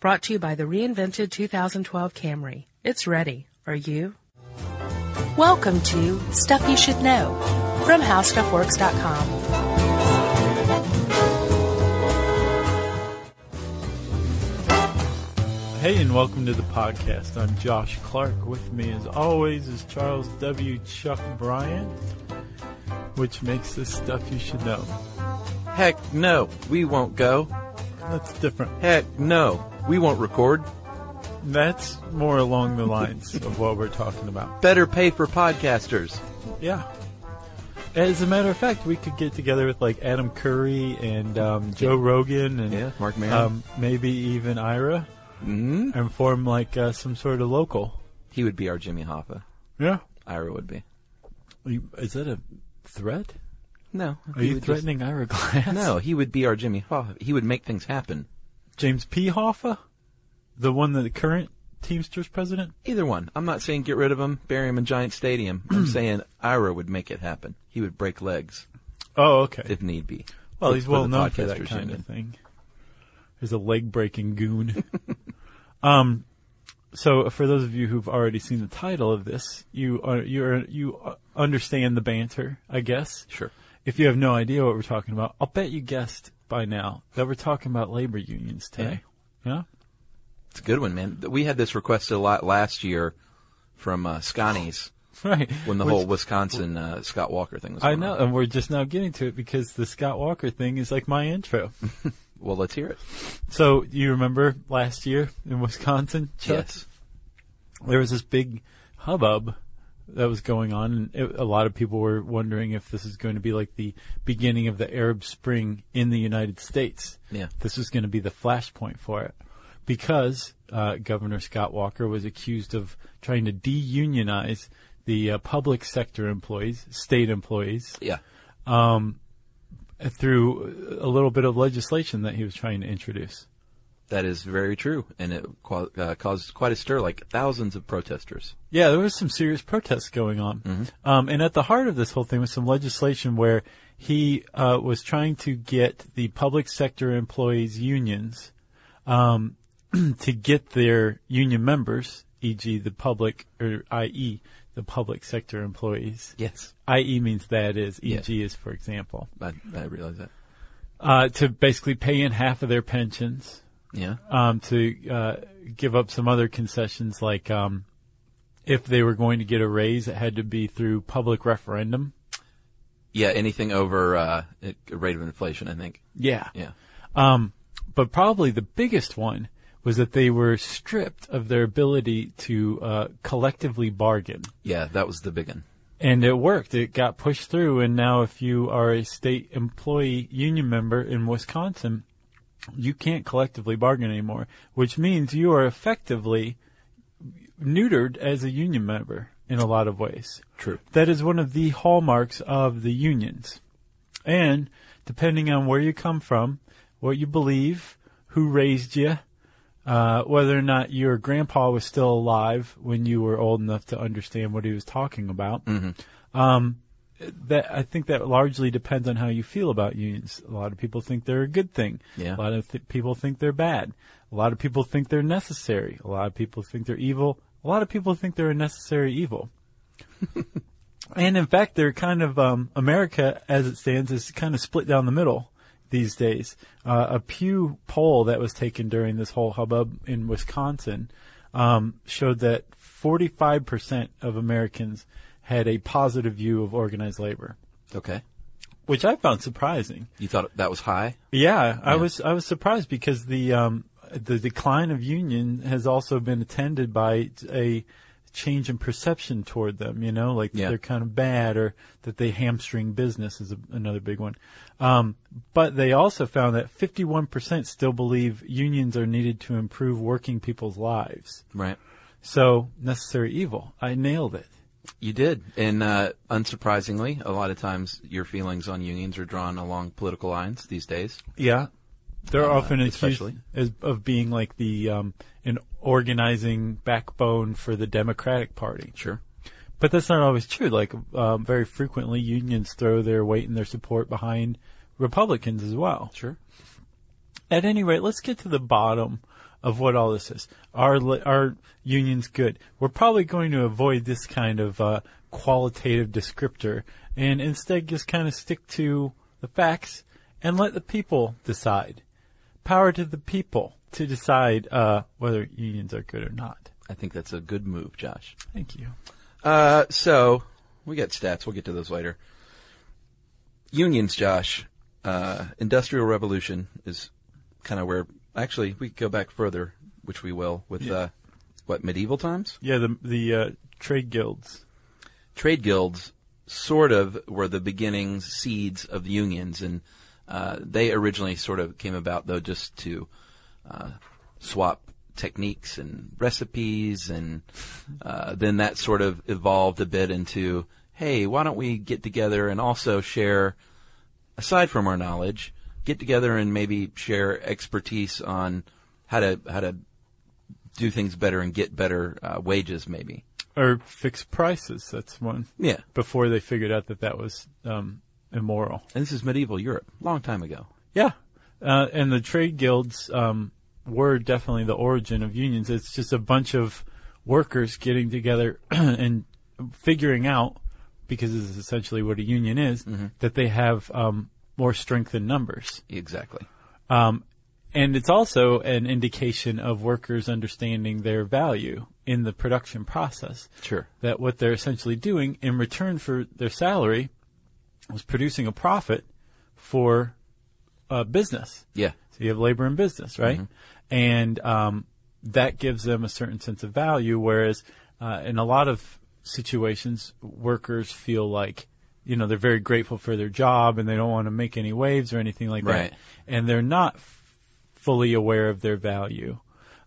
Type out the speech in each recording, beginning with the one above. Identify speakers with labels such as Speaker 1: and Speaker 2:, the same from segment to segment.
Speaker 1: Brought to you by the reinvented 2012 Camry. It's ready. Are you? Welcome to Stuff You Should Know from HowStuffWorks.com.
Speaker 2: Hey, and welcome to the podcast. I'm Josh Clark. With me, as always, is Charles W. Chuck Bryant, which makes this stuff you should know.
Speaker 3: Heck no, we won't go.
Speaker 2: That's different.
Speaker 3: Heck no, we won't record.
Speaker 2: That's more along the lines of what we're talking about.
Speaker 3: Better pay for podcasters.
Speaker 2: Yeah. As a matter of fact, we could get together with like Adam Curry and um, Joe Rogan and
Speaker 3: Yeah, Mark Maron. Mm-hmm.
Speaker 2: um, maybe even Ira, mm and form like uh, some sort of local.
Speaker 3: He would be our Jimmy Hoffa.
Speaker 2: Yeah.
Speaker 3: Ira would be.
Speaker 2: Is that a threat?
Speaker 3: No.
Speaker 2: Are
Speaker 3: he
Speaker 2: you
Speaker 3: would
Speaker 2: threatening Ira Glass?
Speaker 3: Just, no, he would be our Jimmy Hoffa. He would make things happen.
Speaker 2: James P. Hoffa, the one that the current Teamsters president.
Speaker 3: Either one. I'm not saying get rid of him, bury him in Giant Stadium. I'm saying Ira would make it happen. He would break legs
Speaker 2: Oh, okay.
Speaker 3: if need be.
Speaker 2: Well, he's
Speaker 3: For the
Speaker 2: well known for that
Speaker 3: podcasters
Speaker 2: kind
Speaker 3: union.
Speaker 2: of thing. He's a leg breaking goon. um, so uh, for those of you who've already seen the title of this, you are you are you uh, understand the banter, I guess.
Speaker 3: Sure.
Speaker 2: If you have no idea what we're talking about, I'll bet you guessed by now that we're talking about labor unions today. Yeah.
Speaker 3: It's a good one, man. We had this requested a lot last year from uh, Scotty's
Speaker 2: Right.
Speaker 3: when the
Speaker 2: Which-
Speaker 3: whole Wisconsin uh, Scott Walker thing was
Speaker 2: I
Speaker 3: going
Speaker 2: know,
Speaker 3: on.
Speaker 2: and we're just now getting to it because the Scott Walker thing is like my intro.
Speaker 3: Well, let's hear it.
Speaker 2: So you remember last year in Wisconsin, Chuck?
Speaker 3: Yes.
Speaker 2: There was this big hubbub that was going on, and it, a lot of people were wondering if this is going to be like the beginning of the Arab Spring in the United States.
Speaker 3: Yeah.
Speaker 2: This was going to be the flashpoint for it because uh, Governor Scott Walker was accused of trying to deunionize the uh, public sector employees, state employees,
Speaker 3: Yeah.
Speaker 2: through a little bit of legislation that he was trying to introduce.
Speaker 3: That is very true, and it qua- uh, caused quite a stir, like thousands of protesters.
Speaker 2: Yeah, there was some serious protests going on. Um, and at the heart of this whole thing was some legislation where he uh, was trying to get the public sector employees' unions um, to get their union members, e.g., the public, or i.e., the public sector employees.
Speaker 3: Yes,
Speaker 2: I.e. means that is, e.g. is for example,
Speaker 3: I, I realize that.
Speaker 2: uh, to basically pay in half of their pensions.
Speaker 3: Yeah,
Speaker 2: um, to uh, give up some other concessions, like um, if they were going to get a raise, it had to be through public referendum.
Speaker 3: yeah. Anything over uh, it- rate of inflation, I think. Yeah,
Speaker 2: But probably the biggest one was that they were stripped of their ability to uh, collectively bargain.
Speaker 3: yeah. That was the big one.
Speaker 2: And it worked. It got pushed through. And now, if you are a state employee union member in Wisconsin, you can't collectively bargain anymore, which means you are effectively neutered as a union member in a lot of ways.
Speaker 3: True.
Speaker 2: That is one of the hallmarks of the unions. And depending on where you come from, what you believe, who raised you, uh, whether or not your grandpa was still alive when you were old enough to understand what he was talking about, um, that I think that largely depends on how you feel about unions. A lot of people think they're a good thing.
Speaker 3: Yeah.
Speaker 2: A lot of th- people think they're bad. A lot of people think they're necessary. A lot of people think they're evil. A lot of people think they're a necessary evil. And in fact, they're kind of um, America as it stands is kind of split down the middle these days. Uh, a Pew poll that was taken during this whole hubbub in Wisconsin um, showed that 45% of Americans had a positive view of organized labor,
Speaker 3: Okay.
Speaker 2: which I found surprising.
Speaker 3: You thought that was high?
Speaker 2: Yeah, I was I was surprised because the um, the decline of union has also been attended by a change in perception toward them. You know, like
Speaker 3: Yeah.
Speaker 2: they're kind of bad or that they hamstring business is a, another big one. Um, but they also found that 51% still believe unions are needed to improve working people's lives.
Speaker 3: Right.
Speaker 2: So necessary evil. I nailed it.
Speaker 3: You did, and uh, unsurprisingly, a lot of times your feelings on unions are drawn along political lines these days.
Speaker 2: Yeah. They're
Speaker 3: Uh,
Speaker 2: often accused
Speaker 3: especially.
Speaker 2: as, of being like the um, an organizing backbone for the Democratic Party,
Speaker 3: Sure.
Speaker 2: but that's not always true. Like um, very frequently, unions throw their weight and their support behind Republicans as well.
Speaker 3: Sure.
Speaker 2: At any rate, let's get to the bottom of what all this is. Are li- are unions good? We're probably going to avoid this kind of uh, qualitative descriptor and instead just kind of stick to the facts and let the people decide. Power to the people to decide uh, whether unions are good or not.
Speaker 3: I think that's a good move, Josh.
Speaker 2: Thank you.
Speaker 3: Uh, so we got stats. We'll get to those later. Unions, Josh. Uh, Industrial Revolution is kind of where. Actually, we could go back further, which we will with uh, what medieval times.
Speaker 2: Yeah, the the uh, trade guilds.
Speaker 3: Trade guilds sort of were the beginnings, seeds of unions, and uh, they originally sort of came about though just to uh, swap techniques and recipes, and uh, then that sort of evolved a bit into, hey, why don't we get together and also share, aside from our knowledge, get together and maybe share expertise on how to how to do things better and get better uh, wages, maybe.
Speaker 2: Or fixed prices. That's one.
Speaker 3: Yeah,
Speaker 2: Before they figured out that that was um, immoral.
Speaker 3: and this is medieval Europe, long time ago.
Speaker 2: Yeah, uh, and the trade guilds um, were definitely the origin of unions. It's just a bunch of workers getting together and figuring out, because this is essentially what a union is, that they have um, more strength in numbers.
Speaker 3: Exactly.
Speaker 2: And it's also an indication of workers understanding their value in the production process.
Speaker 3: Sure.
Speaker 2: That what they're essentially doing in return for their salary was producing a profit for a business.
Speaker 3: Yeah.
Speaker 2: So you have labor and business, right?
Speaker 3: Mm-hmm.
Speaker 2: And um, that gives them a certain sense of value. Whereas uh, in a lot of situations, workers feel like you know they're very grateful for their job and they don't want to make any waves or anything like
Speaker 3: Right.
Speaker 2: that, and they're not f- fully aware of their value.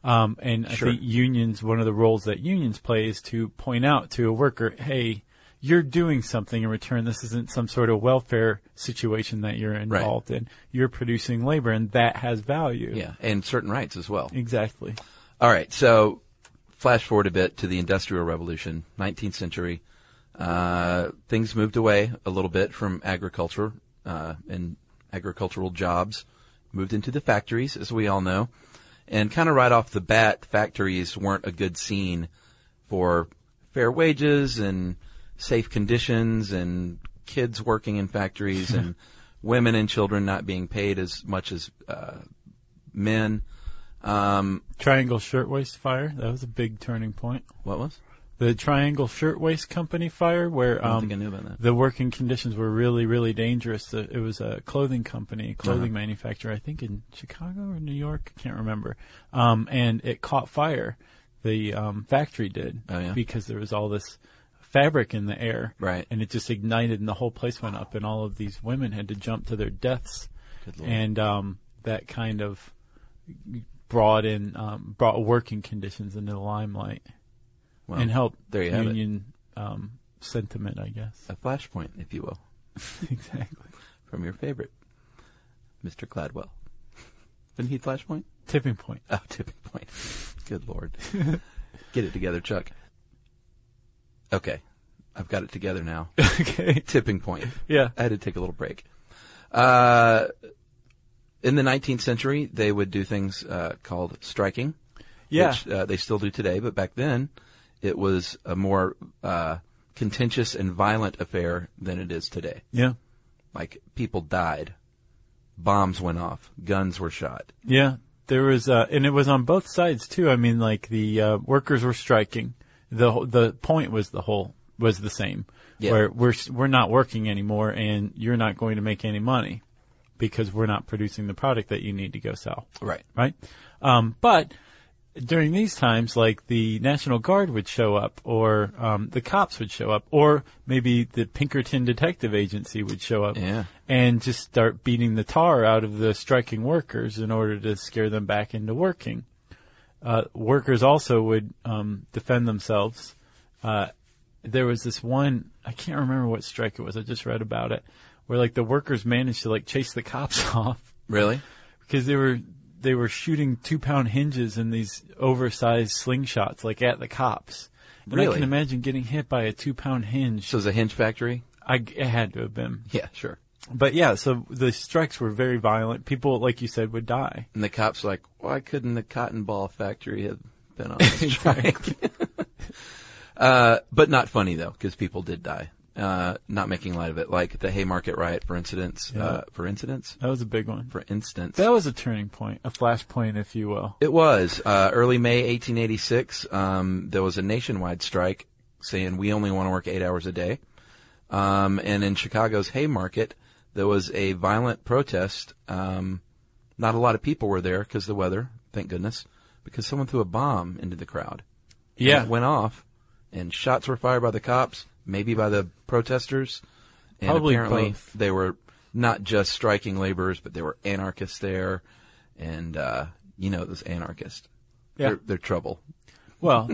Speaker 2: Um, and
Speaker 3: Sure.
Speaker 2: I think unions, one of the roles that unions play is to point out to a worker, hey, you're doing something in return. This isn't some sort of welfare situation that you're involved in. You're producing labor and that has value.
Speaker 3: Yeah, and certain rights as well.
Speaker 2: Exactly.
Speaker 3: All right, so flash forward a bit to the Industrial Revolution, 19th century. Uh, things moved away a little bit from agriculture uh, and agricultural jobs, moved into the factories, as we all know. And kind of right off the bat, factories weren't a good scene for fair wages and safe conditions and kids working in factories and women and children not being paid as much as uh, men. Um,
Speaker 2: Triangle Shirtwaist Fire, that was a big turning point.
Speaker 3: what was?
Speaker 2: The Triangle Shirtwaist Company fire, where
Speaker 3: I don't
Speaker 2: um,
Speaker 3: think I knew about that.
Speaker 2: the working conditions were really, really dangerous. The- It was a clothing company, a clothing
Speaker 3: Uh-huh.
Speaker 2: manufacturer, I think in Chicago or New York, I can't remember. Um, and it caught fire. The um, factory did
Speaker 3: Oh, yeah?
Speaker 2: because there was all this fabric in the air,
Speaker 3: Right.
Speaker 2: And it just ignited, and the whole place went up, and all of these women had to jump to their deaths.
Speaker 3: Good lord.
Speaker 2: And um, that kind of brought in um, brought working conditions into the limelight
Speaker 3: Well,
Speaker 2: and helped
Speaker 3: there you have it.
Speaker 2: union um, sentiment, I guess.
Speaker 3: A flashpoint, if you will,
Speaker 2: exactly.
Speaker 3: from your favorite, Mr. Gladwell. Didn't he flashpoint?
Speaker 2: Tipping point.
Speaker 3: Oh, tipping point. Good lord. Get it together, Chuck. Okay. I've got it together now.
Speaker 2: okay.
Speaker 3: tipping point.
Speaker 2: Yeah.
Speaker 3: I had to take a little break. Uh, in the 19th century, they would do things uh, called striking.
Speaker 2: Yeah.
Speaker 3: which uh, they still do today, but back then it was a more uh, contentious and violent affair than it is today.
Speaker 2: yeah.
Speaker 3: Like people died, bombs went off, guns were shot.
Speaker 2: Yeah. There was, uh, and it was on both sides too. I mean, like the uh, workers were striking. the wh- The point was the whole was the same.
Speaker 3: Yeah.
Speaker 2: Where we're s- we're not working anymore, and you're not going to make any money because we're not producing the product that you need to go sell.
Speaker 3: Right.
Speaker 2: right? Um, but during these times, like the National Guard would show up, or um, the cops would show up, or maybe the Pinkerton Detective Agency would show up,
Speaker 3: Yeah.
Speaker 2: and just start beating the tar out of the striking workers in order to scare them back into working. Uh, workers also would um, defend themselves Uh, there was this one I can't remember what strike it was. I just read about it where like the workers managed to like chase the cops off
Speaker 3: Really?
Speaker 2: because they were they were shooting two pound hinges in these oversized slingshots like at the cops. And I
Speaker 3: Really?
Speaker 2: can imagine getting hit by a two pound hinge.
Speaker 3: So it was a hinge factory?
Speaker 2: I it had to have been.
Speaker 3: Yeah, sure.
Speaker 2: But yeah, so the strikes were very violent. People, like you said, would die.
Speaker 3: And the cops like, why couldn't the cotton ball factory have been on a strike? uh, but not funny though, because people did die. Uh, not making light of it, like the Haymarket riot, for instance. Uh, for instance,
Speaker 2: That was a big one.
Speaker 3: for instance,
Speaker 2: That was a turning point, a flashpoint, if you will.
Speaker 3: it was uh, early May 1886. Um, there was a nationwide strike saying we only want to work eight hours a day. Um, and in Chicago's Haymarket, there was a violent protest. Um, not a lot of people were there because the weather, thank goodness, because someone threw a bomb into the crowd. And
Speaker 2: Yeah.
Speaker 3: it went off, and shots were fired by the cops, maybe by the protesters, and
Speaker 2: Probably
Speaker 3: apparently
Speaker 2: both.
Speaker 3: they were not just striking laborers, but they were anarchists there, and uh, you know those anarchists,
Speaker 2: Yeah.
Speaker 3: they're, they're trouble.
Speaker 2: Well,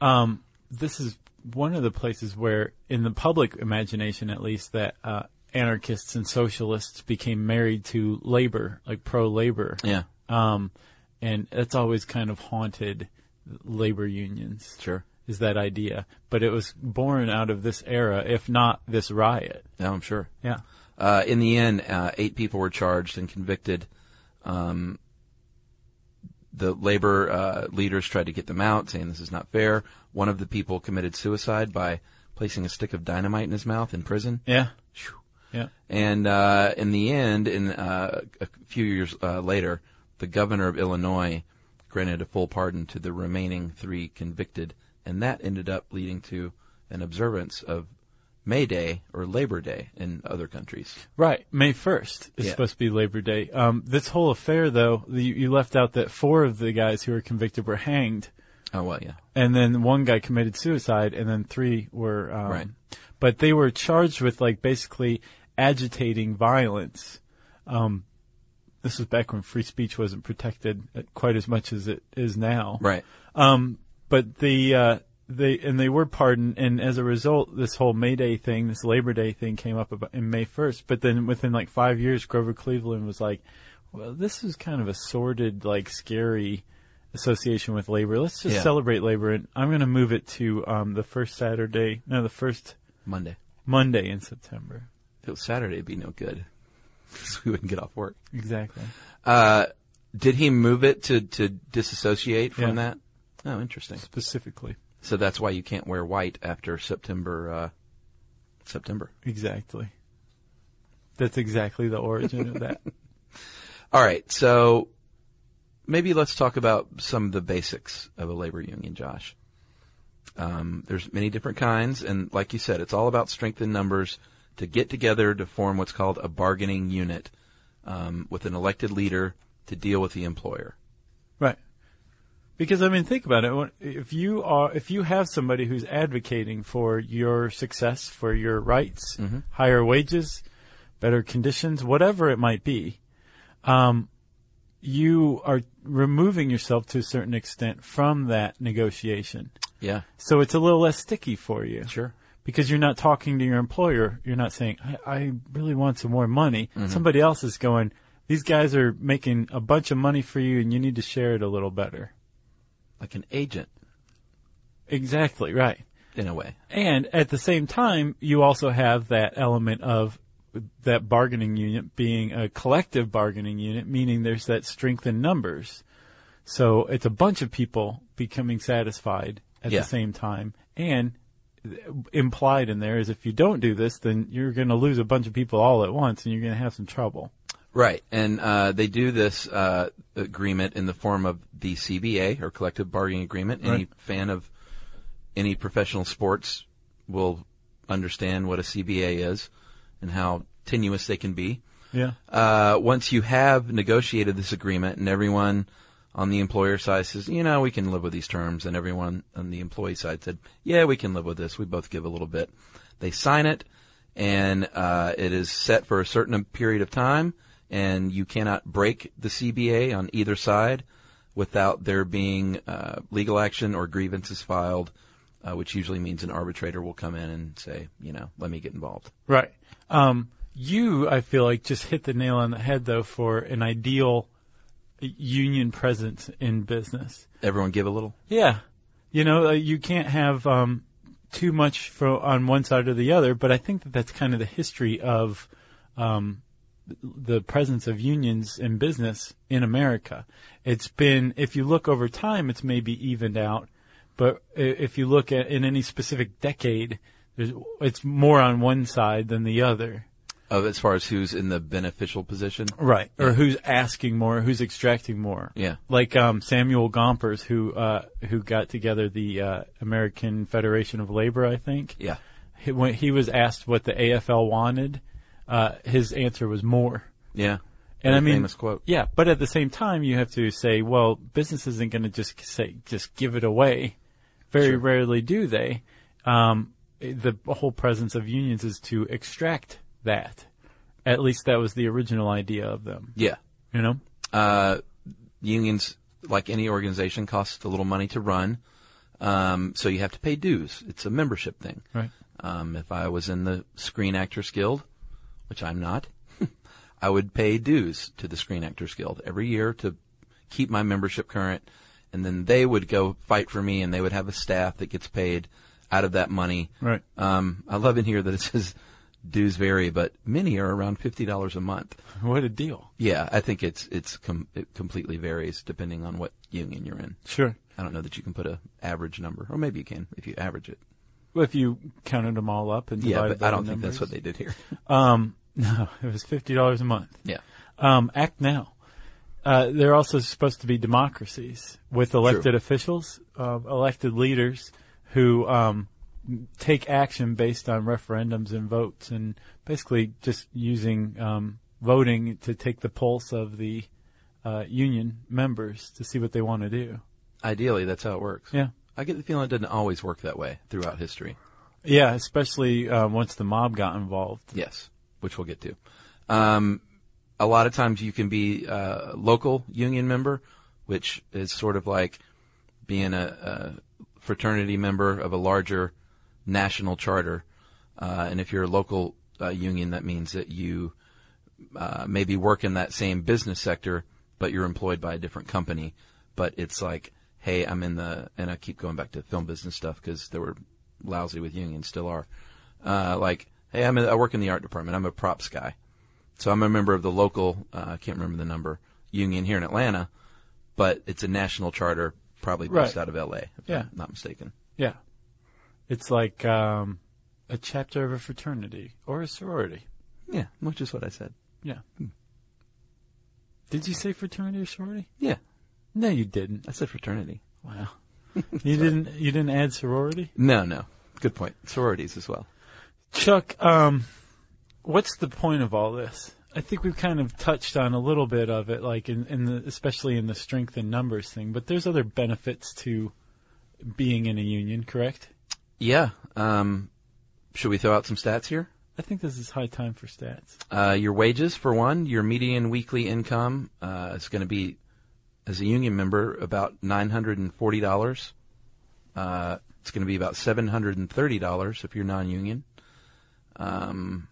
Speaker 2: um, this is one of the places where, in the public imagination at least, that uh, anarchists and socialists became married to labor, like pro labor.
Speaker 3: Yeah,
Speaker 2: Um, and that's always kind of haunted labor unions.
Speaker 3: Sure.
Speaker 2: Is that idea. But it was born out of this era, if not this riot.
Speaker 3: now I'm sure.
Speaker 2: Yeah.
Speaker 3: Uh, in the end, uh, eight people were charged and convicted. Um, the labor uh, leaders tried to get them out, saying this is not fair. One of the people committed suicide by placing a stick of dynamite in his mouth in prison.
Speaker 2: Yeah.
Speaker 3: Phew.
Speaker 2: Yeah.
Speaker 3: And uh, in the end, in uh, a few years uh, later, the governor of Illinois granted a full pardon to the remaining three convicted, and that ended up leading to an observance of May Day or Labor Day in other countries.
Speaker 2: Right. May 1st is
Speaker 3: Yeah.
Speaker 2: supposed to be Labor Day. Um, this whole affair, though, you, you left out that four of the guys who were convicted were hanged.
Speaker 3: Oh well, yeah,
Speaker 2: and then one guy committed suicide, and then three were um,
Speaker 3: Right.
Speaker 2: But they were charged with like basically agitating violence. Um, this was back when free speech wasn't protected uh, quite as much as it is now.
Speaker 3: right.
Speaker 2: Um, but the uh, they and they were pardoned, and as a result, this whole May Day thing, this Labor Day thing, came up about, in May first. But then within like five years, Grover Cleveland was like, "Well, this is kind of a sordid, like scary." Association with labor. Let's just
Speaker 3: Yeah.
Speaker 2: celebrate labor, and I'm going to move it to um, the first Saturday, no, the first
Speaker 3: Monday.
Speaker 2: Monday in September.
Speaker 3: If it was Saturday, it'd be no good 'Cause we wouldn't get off work.
Speaker 2: Exactly.
Speaker 3: Uh, did he move it to to disassociate from
Speaker 2: Yeah.
Speaker 3: that? Oh, interesting.
Speaker 2: Specifically.
Speaker 3: So that's why you can't wear white after September. Uh, September.
Speaker 2: Exactly. That's exactly the origin of that.
Speaker 3: All right. So maybe let's talk about some of the basics of a labor union, Josh. Um, there's many different kinds, and like you said, it's all about strength in numbers to get together to form what's called a bargaining unit um, with an elected leader to deal with the employer.
Speaker 2: Right. Because I mean, think about it. When- If you are, if you have somebody who's advocating for your success, for your rights, higher wages, better conditions, whatever it might be, um, you are removing yourself to a certain extent from that negotiation.
Speaker 3: Yeah,
Speaker 2: So it's a little less sticky for you.
Speaker 3: sure.
Speaker 2: Because you're not talking to your employer. You're not saying, I, I really want some more money. Somebody else is going, these guys are making a bunch of money for you and you need to share it a little better.
Speaker 3: Like an agent,
Speaker 2: Exactly, right.
Speaker 3: in a way.
Speaker 2: And at the same time, you also have that element of that bargaining unit being a collective bargaining unit, meaning there's that strength in numbers. So it's a bunch of people becoming satisfied at
Speaker 3: Yeah.
Speaker 2: the same time. And th- implied in there is if you don't do this, then you're going to lose a bunch of people all at once and you're going to have some trouble.
Speaker 3: Right, and uh, they do this uh, agreement in the form of the CBA or collective bargaining agreement. Any
Speaker 2: Right.
Speaker 3: fan of any professional sports will understand what a CBA is and how tenuous they can be.
Speaker 2: Yeah.
Speaker 3: Uh, once you have negotiated this agreement, and everyone on the employer side says, you know, we can live with these terms, and everyone on the employee side said, yeah, we can live with this. We both give a little bit. They sign it, and uh, it is set for a certain period of time, and you cannot break the CBA on either side without there being uh, legal action or grievances filed, uh, which usually means an arbitrator will come in and say, you know, let me get involved.
Speaker 2: Right. Um, you, I feel like, just hit the nail on the head, though, for an ideal union presence in business.
Speaker 3: Everyone give a little.
Speaker 2: Yeah. You know, uh, you can't have um, too much for, on one side or the other, but I think that that's kind of the history of the presence of unions in business in America. It's been, if you look over time, it's maybe evened out, but i- if you look at in any specific decade, there's, it's more on one side than the other.
Speaker 3: Of as far as who's in the beneficial position.
Speaker 2: Right. Or who's asking more, who's extracting more.
Speaker 3: Yeah.
Speaker 2: Like um, Samuel Gompers, who uh, who got together the uh, American Federation of Labor, I think.
Speaker 3: Yeah.
Speaker 2: He, when he was asked what the AFL wanted, uh, his answer was more.
Speaker 3: Yeah.
Speaker 2: And I
Speaker 3: Very
Speaker 2: mean,
Speaker 3: famous quote.
Speaker 2: yeah, but at the same time, you have to say, well, business isn't going to just say, just give it away. Very
Speaker 3: Sure.
Speaker 2: rarely do they. Um, the whole presence of unions is to extract that. At least that was the original idea of them,
Speaker 3: Yeah.
Speaker 2: you know?
Speaker 3: Uh, unions, like any organization, costs a little money to run. Um, so you have to pay dues. It's a membership thing.
Speaker 2: Right.
Speaker 3: Um, if I was in the Screen Actors Guild, which I'm not, I would pay dues to the Screen Actors Guild every year to keep my membership current. And then they would go fight for me and they would have a staff that gets paid out of that money.
Speaker 2: Right.
Speaker 3: Um, I love in here that it says dues vary, but many are around $50 a month.
Speaker 2: What a deal.
Speaker 3: Yeah, I think it's, it's, com- it completely varies depending on what union you're in.
Speaker 2: Sure.
Speaker 3: I don't know that you can put a average number, or maybe you can if you average it.
Speaker 2: If you counted them all up and
Speaker 3: Yeah,
Speaker 2: divided
Speaker 3: but I
Speaker 2: by
Speaker 3: don't
Speaker 2: the
Speaker 3: think that's what
Speaker 2: numbers.
Speaker 3: they did here.
Speaker 2: Um, no, it was fifty dollars a month.
Speaker 3: yeah.
Speaker 2: Um, act now. Uh, they're also supposed to be democracies with elected
Speaker 3: True.
Speaker 2: officials, um, elected leaders who um, take action based on referendums and votes, and basically just using um, voting to take the pulse of the uh, union members to see what they want to do.
Speaker 3: Ideally, that's how it works.
Speaker 2: Yeah.
Speaker 3: I get the feeling it doesn't always work that way throughout history.
Speaker 2: Yeah, especially uh, once the mob got involved.
Speaker 3: Yes, which we'll get to. Um, a lot of times you can be a local union member, which is sort of like being a, a fraternity member of a larger national charter. Uh, and if you're a local uh, union, that means that you uh, maybe work in that same business sector, but you're employed by a different company. But it's like, hey, I'm in the, and I keep going back to film business stuff because they were lousy with unions, still are. Uh, like, hey, I'm in, I work in the art department. I'm a props guy. So I'm a member of the local, uh, I can't remember the number, union here in Atlanta, but it's a national charter, probably based
Speaker 2: Right.
Speaker 3: out of LA, if
Speaker 2: Yeah.
Speaker 3: I'm not mistaken.
Speaker 2: Yeah. It's like um, a chapter of a fraternity or a sorority.
Speaker 3: Yeah, which is what I said.
Speaker 2: Yeah. Did you say fraternity or sorority?
Speaker 3: Yeah,
Speaker 2: No, you didn't.
Speaker 3: I said fraternity.
Speaker 2: Wow. you didn't. You didn't add sorority.
Speaker 3: No, no. Good point. Sororities as well.
Speaker 2: Chuck, um, what's the point of all this? I think we've kind of touched on a little bit of it, like in, in the, especially in the strength and numbers thing. But there's other benefits to being in a union, correct?
Speaker 3: Yeah. Um, should we throw out some stats here?
Speaker 2: I think this is high time for stats.
Speaker 3: Uh, your wages, for one, your median weekly income uh, is going to be, as a union member, about $940. Uh, it's going to be about $730 if you're non union. Um,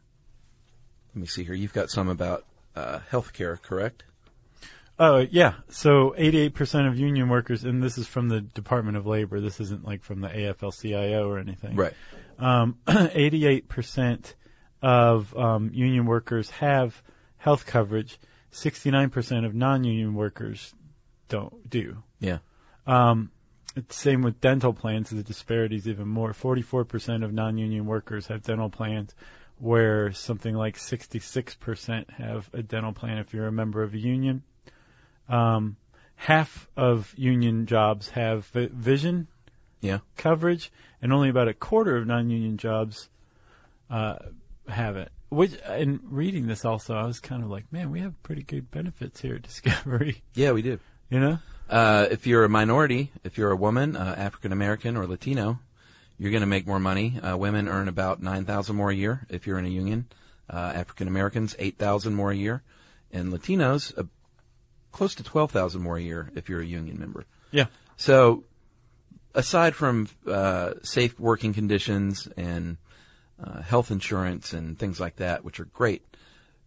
Speaker 3: let me see here. You've got some about uh, health care, correct?
Speaker 2: Oh yeah, so 88% of union workers, and this is from the Department of Labor. This isn't like from the AFL-CIO or anything. Um, 88% of um, union workers have health coverage. 69% of non-union workers don't do.
Speaker 3: Yeah.
Speaker 2: It's same with dental plans. The disparity is even more. 44% of non-union workers have dental plans, where something like 66% have a dental plan if you're a member of a union. Um, half of union jobs have vi- vision
Speaker 3: Yeah.
Speaker 2: coverage, and only about a quarter of non-union jobs uh, have it. Which, in reading this, also, I was kind of like, man, we have pretty good benefits here at Discovery.
Speaker 3: Yeah, we do.
Speaker 2: you know?
Speaker 3: Uh, if you're a minority, if you're a woman, uh, African American or Latino, you're going to make more money. Uh, women earn about 9,000 more a year if you're in a union. Uh, African Americans, 8,000 more a year. And Latinos, uh, close to 12,000 more a year if you're a union member.
Speaker 2: Yeah.
Speaker 3: So, aside from uh, safe working conditions and uh, health insurance and things like that, which are great,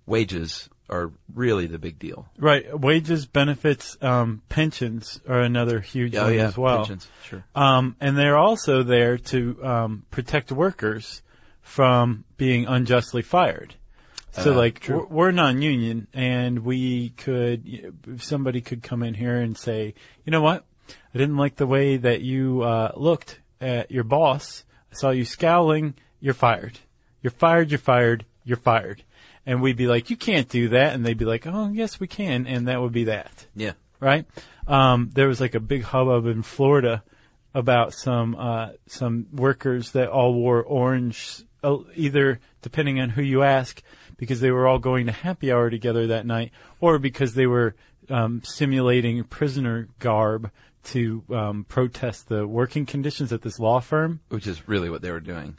Speaker 3: wages are really the big deal.
Speaker 2: Right. Wages, benefits, um, pensions are another huge one as well.
Speaker 3: Oh, pensions, sure.
Speaker 2: Um, and they're also there to um, protect workers from being unjustly fired. So,
Speaker 3: Uh,
Speaker 2: like,
Speaker 3: true.
Speaker 2: we're, we're non-union, and we could, if somebody could come in here and say, you know what, I didn't like the way that you uh, looked at your boss. I saw you scowling. You're fired. You're fired. You're fired. You're fired. And we'd be like, you can't do that. And they'd be like, oh, yes, we can. And that would be that
Speaker 3: Yeah.
Speaker 2: right? Um, there was like a big hubbub in Florida about some uh, some workers that all wore orange, uh, either depending on who you ask, because they were all going to happy hour together that night, or because they were um, simulating prisoner garb to um, protest the working conditions at this law firm.
Speaker 3: Which is really what they were doing.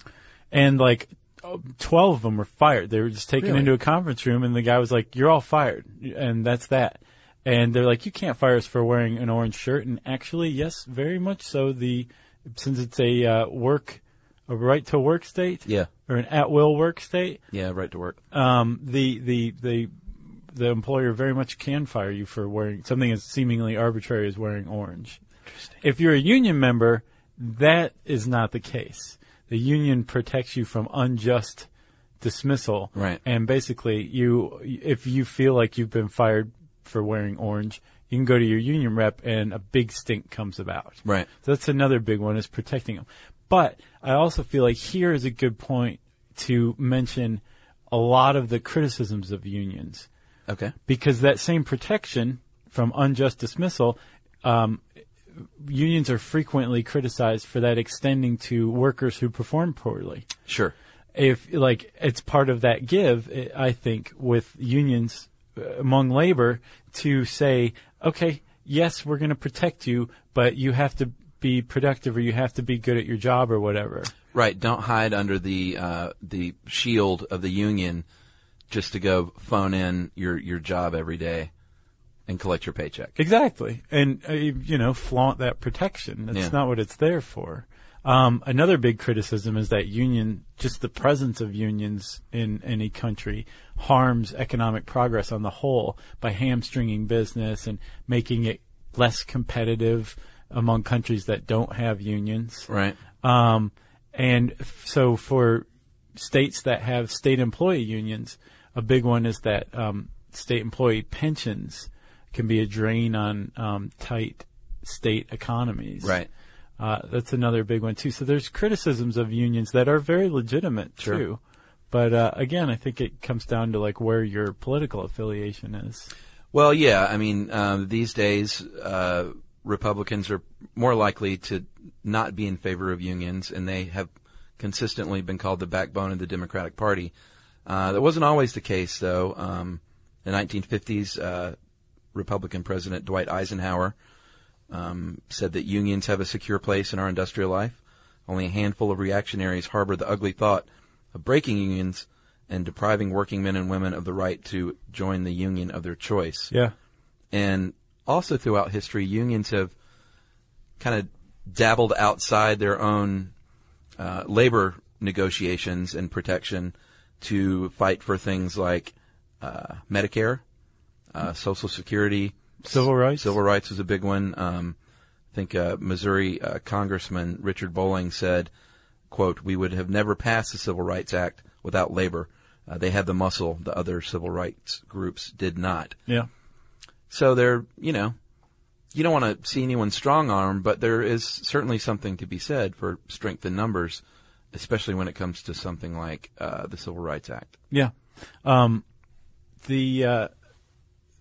Speaker 2: And like. uh, 12 of them were fired. They were just taken
Speaker 3: Really?
Speaker 2: into a conference room and the guy was like, you're all fired. And that's that. And they're like, you can't fire us for wearing an orange shirt. And actually, yes, very much so. The, since it's a, uh, work, a right to work state.
Speaker 3: Yeah.
Speaker 2: Or an at will work state.
Speaker 3: Yeah, right to work.
Speaker 2: Um, the, the, the, the employer very much can fire you for wearing something as seemingly arbitrary as wearing orange. If you're a union member, that is not the case. The union protects you from unjust dismissal.
Speaker 3: Right.
Speaker 2: And basically, you if you feel like you've been fired for wearing orange, you can go to your union rep and a big stink comes about.
Speaker 3: Right.
Speaker 2: So that's another big one is protecting them. But I also feel like here is a good point to mention a lot of the criticisms of unions
Speaker 3: Okay.
Speaker 2: because that same protection from unjust dismissal, um, unions are frequently criticized for that extending to workers who perform poorly.
Speaker 3: Sure.
Speaker 2: If like it's part of that give, i- I think, with unions uh, among labor to say, okay, yes, we're going to protect you, but you have to be productive or you have to be good at your job or whatever.
Speaker 3: Right. Don't hide under the uh, the shield of the union just to go phone in your your job every day and collect your paycheck.
Speaker 2: Exactly. And, uh, you know, flaunt that protection. That's
Speaker 3: Yeah.
Speaker 2: not what it's there for. Um, another big criticism is that union, just the presence of unions in any country harms economic progress on the whole by hamstringing business and making it less competitive among countries that don't have unions.
Speaker 3: Right.
Speaker 2: Um, and f- so for states that have state employee unions, a big one is that um, state employee pensions can be a drain on um, tight state economies.
Speaker 3: Right.
Speaker 2: Uh, that's another big one too. So there's criticisms of unions that are very legitimate
Speaker 3: Sure.
Speaker 2: too. But uh, again, I think it comes down to like where your political affiliation is.
Speaker 3: Well, yeah. I mean, um, these days, uh, Republicans are more likely to not be in favor of unions, and they have consistently been called the backbone of the Democratic Party. Uh, that wasn't always the case, though. Um, the 1950s, uh, Republican President Dwight Eisenhower um, said that unions have a secure place in our industrial life. Only a handful of reactionaries harbor the ugly thought of breaking unions and depriving working men and women of the right to join the union of their choice.
Speaker 2: Yeah.
Speaker 3: And also throughout history, unions have kind of dabbled outside their own uh, labor negotiations and protection to fight for things like uh, Medicare, uh, Social Security,
Speaker 2: Civil rights.
Speaker 3: Civil rights was a big one. Um, I think uh, Missouri uh, Congressman Richard Bowling said, "quote We would have never passed the Civil Rights Act without labor. Uh, they had the muscle; the other civil rights groups did not.
Speaker 2: Yeah.
Speaker 3: So they're, you know, you don't want to see anyone strong arm, but there is certainly something to be said for strength in numbers, especially when it comes to something like uh, the Civil Rights Act.
Speaker 2: Yeah. Um, the uh,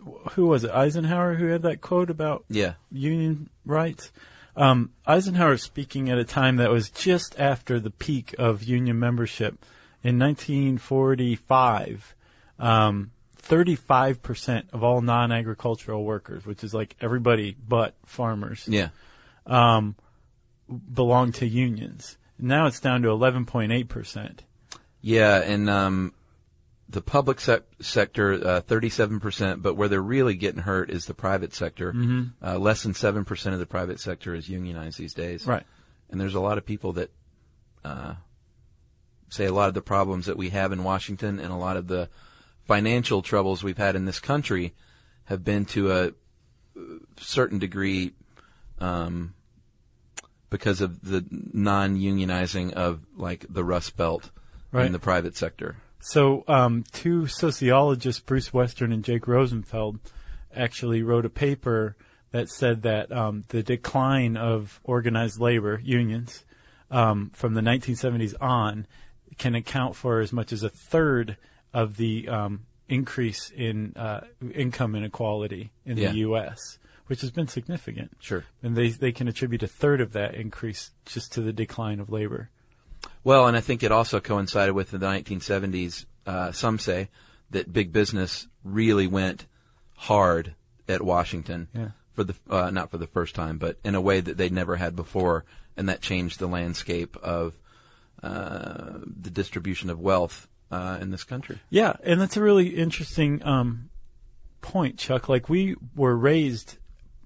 Speaker 2: wh- who was it? Eisenhower who had that quote about
Speaker 3: Yeah,
Speaker 2: union rights. Um, Eisenhower was speaking at a time that was just after the peak of union membership. In 1945, um, 35% of all non-agricultural workers, which is like everybody but farmers,
Speaker 3: yeah,
Speaker 2: belong to unions. Now it's down to 11.8%.
Speaker 3: yeah. And um, the public sec- sector, uh, thirty-seven percent, but where they're really getting hurt is the private sector. Uh, less than seven percent of the private sector is unionized these days.
Speaker 2: Right.
Speaker 3: And there's a lot of people that uh, say a lot of the problems that we have in Washington and a lot of the financial troubles we've had in this country have been to a uh, certain degree um, because of the non-unionizing of like the Rust Belt
Speaker 2: Right.
Speaker 3: and the private sector.
Speaker 2: So, um, two sociologists, Bruce Western and Jake Rosenfeld, actually wrote a paper that said that um, the decline of organized labor unions um, from the 1970s on can account for as much as a third of the um, increase in uh, income inequality in
Speaker 3: Yeah.
Speaker 2: the U.S., which has been significant.
Speaker 3: Sure.
Speaker 2: And they, they can attribute a third of that increase just to the decline of labor.
Speaker 3: Well, and I think it also coincided with the 1970s. Uh, some say that big business really went hard at Washington
Speaker 2: Yeah.
Speaker 3: for the uh, not for the first time, but in a way that they never had before, and that changed the landscape of uh, the distribution of wealth uh, in this country.
Speaker 2: Yeah, and that's a really interesting um, point, Chuck. Like we were raised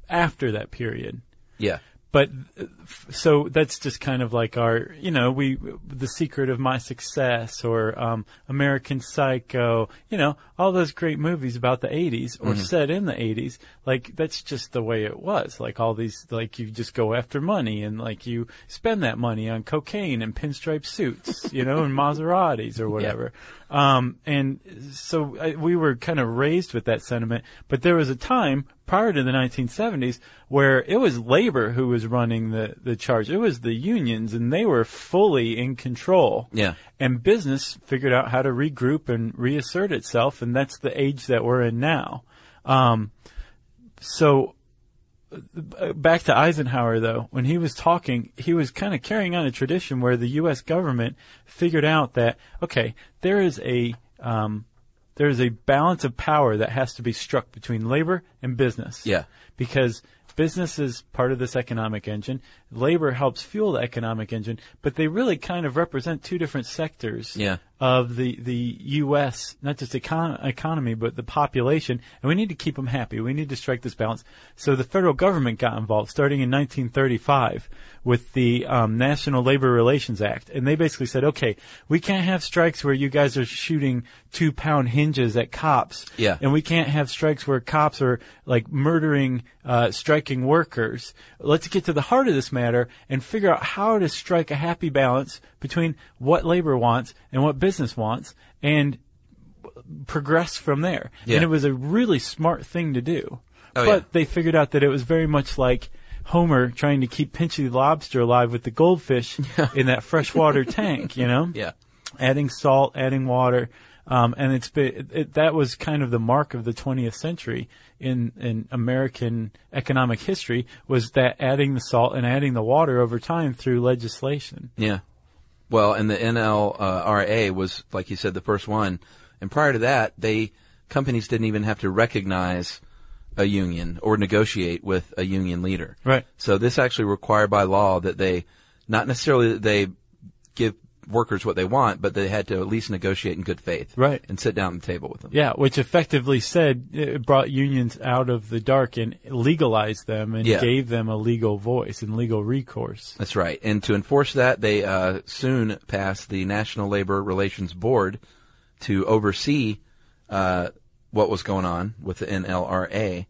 Speaker 2: after that period,
Speaker 3: Yeah,
Speaker 2: but uh, f- so that's just kind of like our, you know, we the secret of my success or um, American Psycho, you know, all those great movies about the '80s or set in the '80s. Like that's just the way it was. Like all these, like you just go after money and like you spend that money on cocaine and pinstripe suits, you know, and Maseratis or whatever. Um, and so I, we were kind of raised with that sentiment, but there was a time prior to the 1970s where it was labor who was running the, the charge. It was the unions and they were fully in control.
Speaker 3: Yeah.
Speaker 2: And business figured out how to regroup and reassert itself. And that's the age that we're in now. Um, so uh, back to Eisenhower though, when he was talking, he was kind of carrying on a tradition where the U.S. government figured out that okay, there is a um, there is a balance of power that has to be struck between labor and business.
Speaker 3: Yeah.
Speaker 2: because business is part of this economic engine, labor helps fuel the economic engine, but they really kind of represent two different sectors
Speaker 3: Yeah.
Speaker 2: of the, the U.S., not just econ- economy, but the population. And we need to keep them happy. We need to strike this balance. So the federal government got involved starting in 1935 with the um, National Labor Relations Act. And they basically said, okay, we can't have strikes where you guys are shooting two pound hinges at cops.
Speaker 3: Yeah.
Speaker 2: And we can't have strikes where cops are like murdering, uh, striking workers. Let's get to the heart of this matter and figure out how to strike a happy balance between what labor wants and what business wants and progress from there.
Speaker 3: Yeah.
Speaker 2: And it was a really smart thing to do.
Speaker 3: Oh,
Speaker 2: but
Speaker 3: yeah.
Speaker 2: they figured out that it was very much like Homer trying to keep Pinchy the lobster alive with the goldfish in that freshwater tank, you know?
Speaker 3: yeah,
Speaker 2: adding salt, adding water, um, and it's been it, that was kind of the mark of the 20th century in in American economic history was that adding the salt and adding the water over time through legislation.
Speaker 3: yeah. Well, and the NLRA was, like you said, the first one, and prior to that, they companies didn't even have to recognize a union or negotiate with a union leader.
Speaker 2: Right.
Speaker 3: So this actually required by law that they, not necessarily that they give workers what they want, but they had to at least negotiate in good faith.
Speaker 2: Right.
Speaker 3: And sit down at the table with them.
Speaker 2: Yeah, which effectively said it brought unions out of the dark and legalized them and
Speaker 3: Yeah.
Speaker 2: gave them a legal voice and legal recourse.
Speaker 3: That's right. And to enforce that, they uh, soon passed the National Labor Relations Board to oversee uh, what was going on with the NLRA.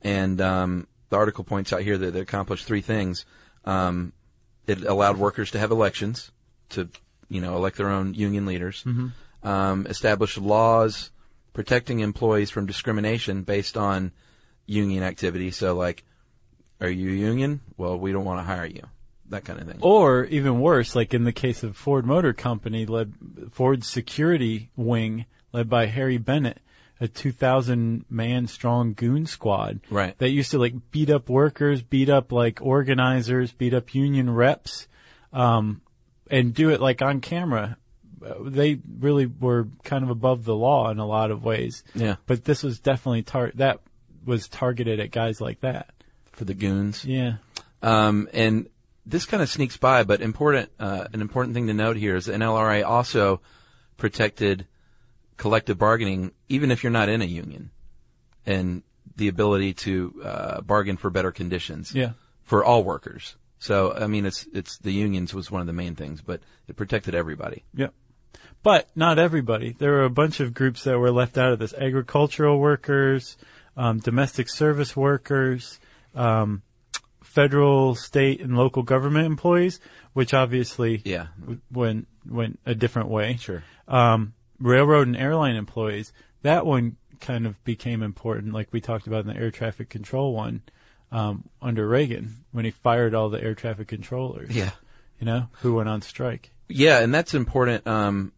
Speaker 3: And um, the article points out here that it accomplished three things. Um, it allowed workers to have elections to, you know, elect their own union leaders. Um, established laws protecting employees from discrimination based on union activity. So, like, are you a union? Well, we don't want to hire you. That kind of thing.
Speaker 2: Or even worse, like in the case of Ford Motor Company, led Ford's security wing, led by Harry Bennett, a 2,000 man strong goon squad.
Speaker 3: Right.
Speaker 2: That used to like beat up workers, beat up like organizers, beat up union reps, um, and do it like on camera. Uh, They really were kind of above the law in a lot of ways.
Speaker 3: Yeah.
Speaker 2: But this was definitely tar- that was targeted at guys like that.
Speaker 3: For the goons.
Speaker 2: Yeah.
Speaker 3: Um, and this kind of sneaks by, but important, uh, an important thing to note here is the NLRA also protected collective bargaining, even if you're not in a union, and the ability to uh, bargain for better conditions
Speaker 2: Yeah.
Speaker 3: for all workers. So, I mean, it's it's the unions was one of the main things, but it protected everybody.
Speaker 2: Yep. But not everybody. There were a bunch of groups that were left out of this: agricultural workers, um, domestic service workers, um, federal, state, and local government employees, which obviously
Speaker 3: Yeah.
Speaker 2: w- went went a different way.
Speaker 3: Sure.
Speaker 2: Um, railroad and airline employees, that one kind of became important, like we talked about in the air traffic control one um, under Reagan when he fired all the air traffic controllers.
Speaker 3: Yeah.
Speaker 2: You know, who went on strike.
Speaker 3: Yeah, and that's important. Um,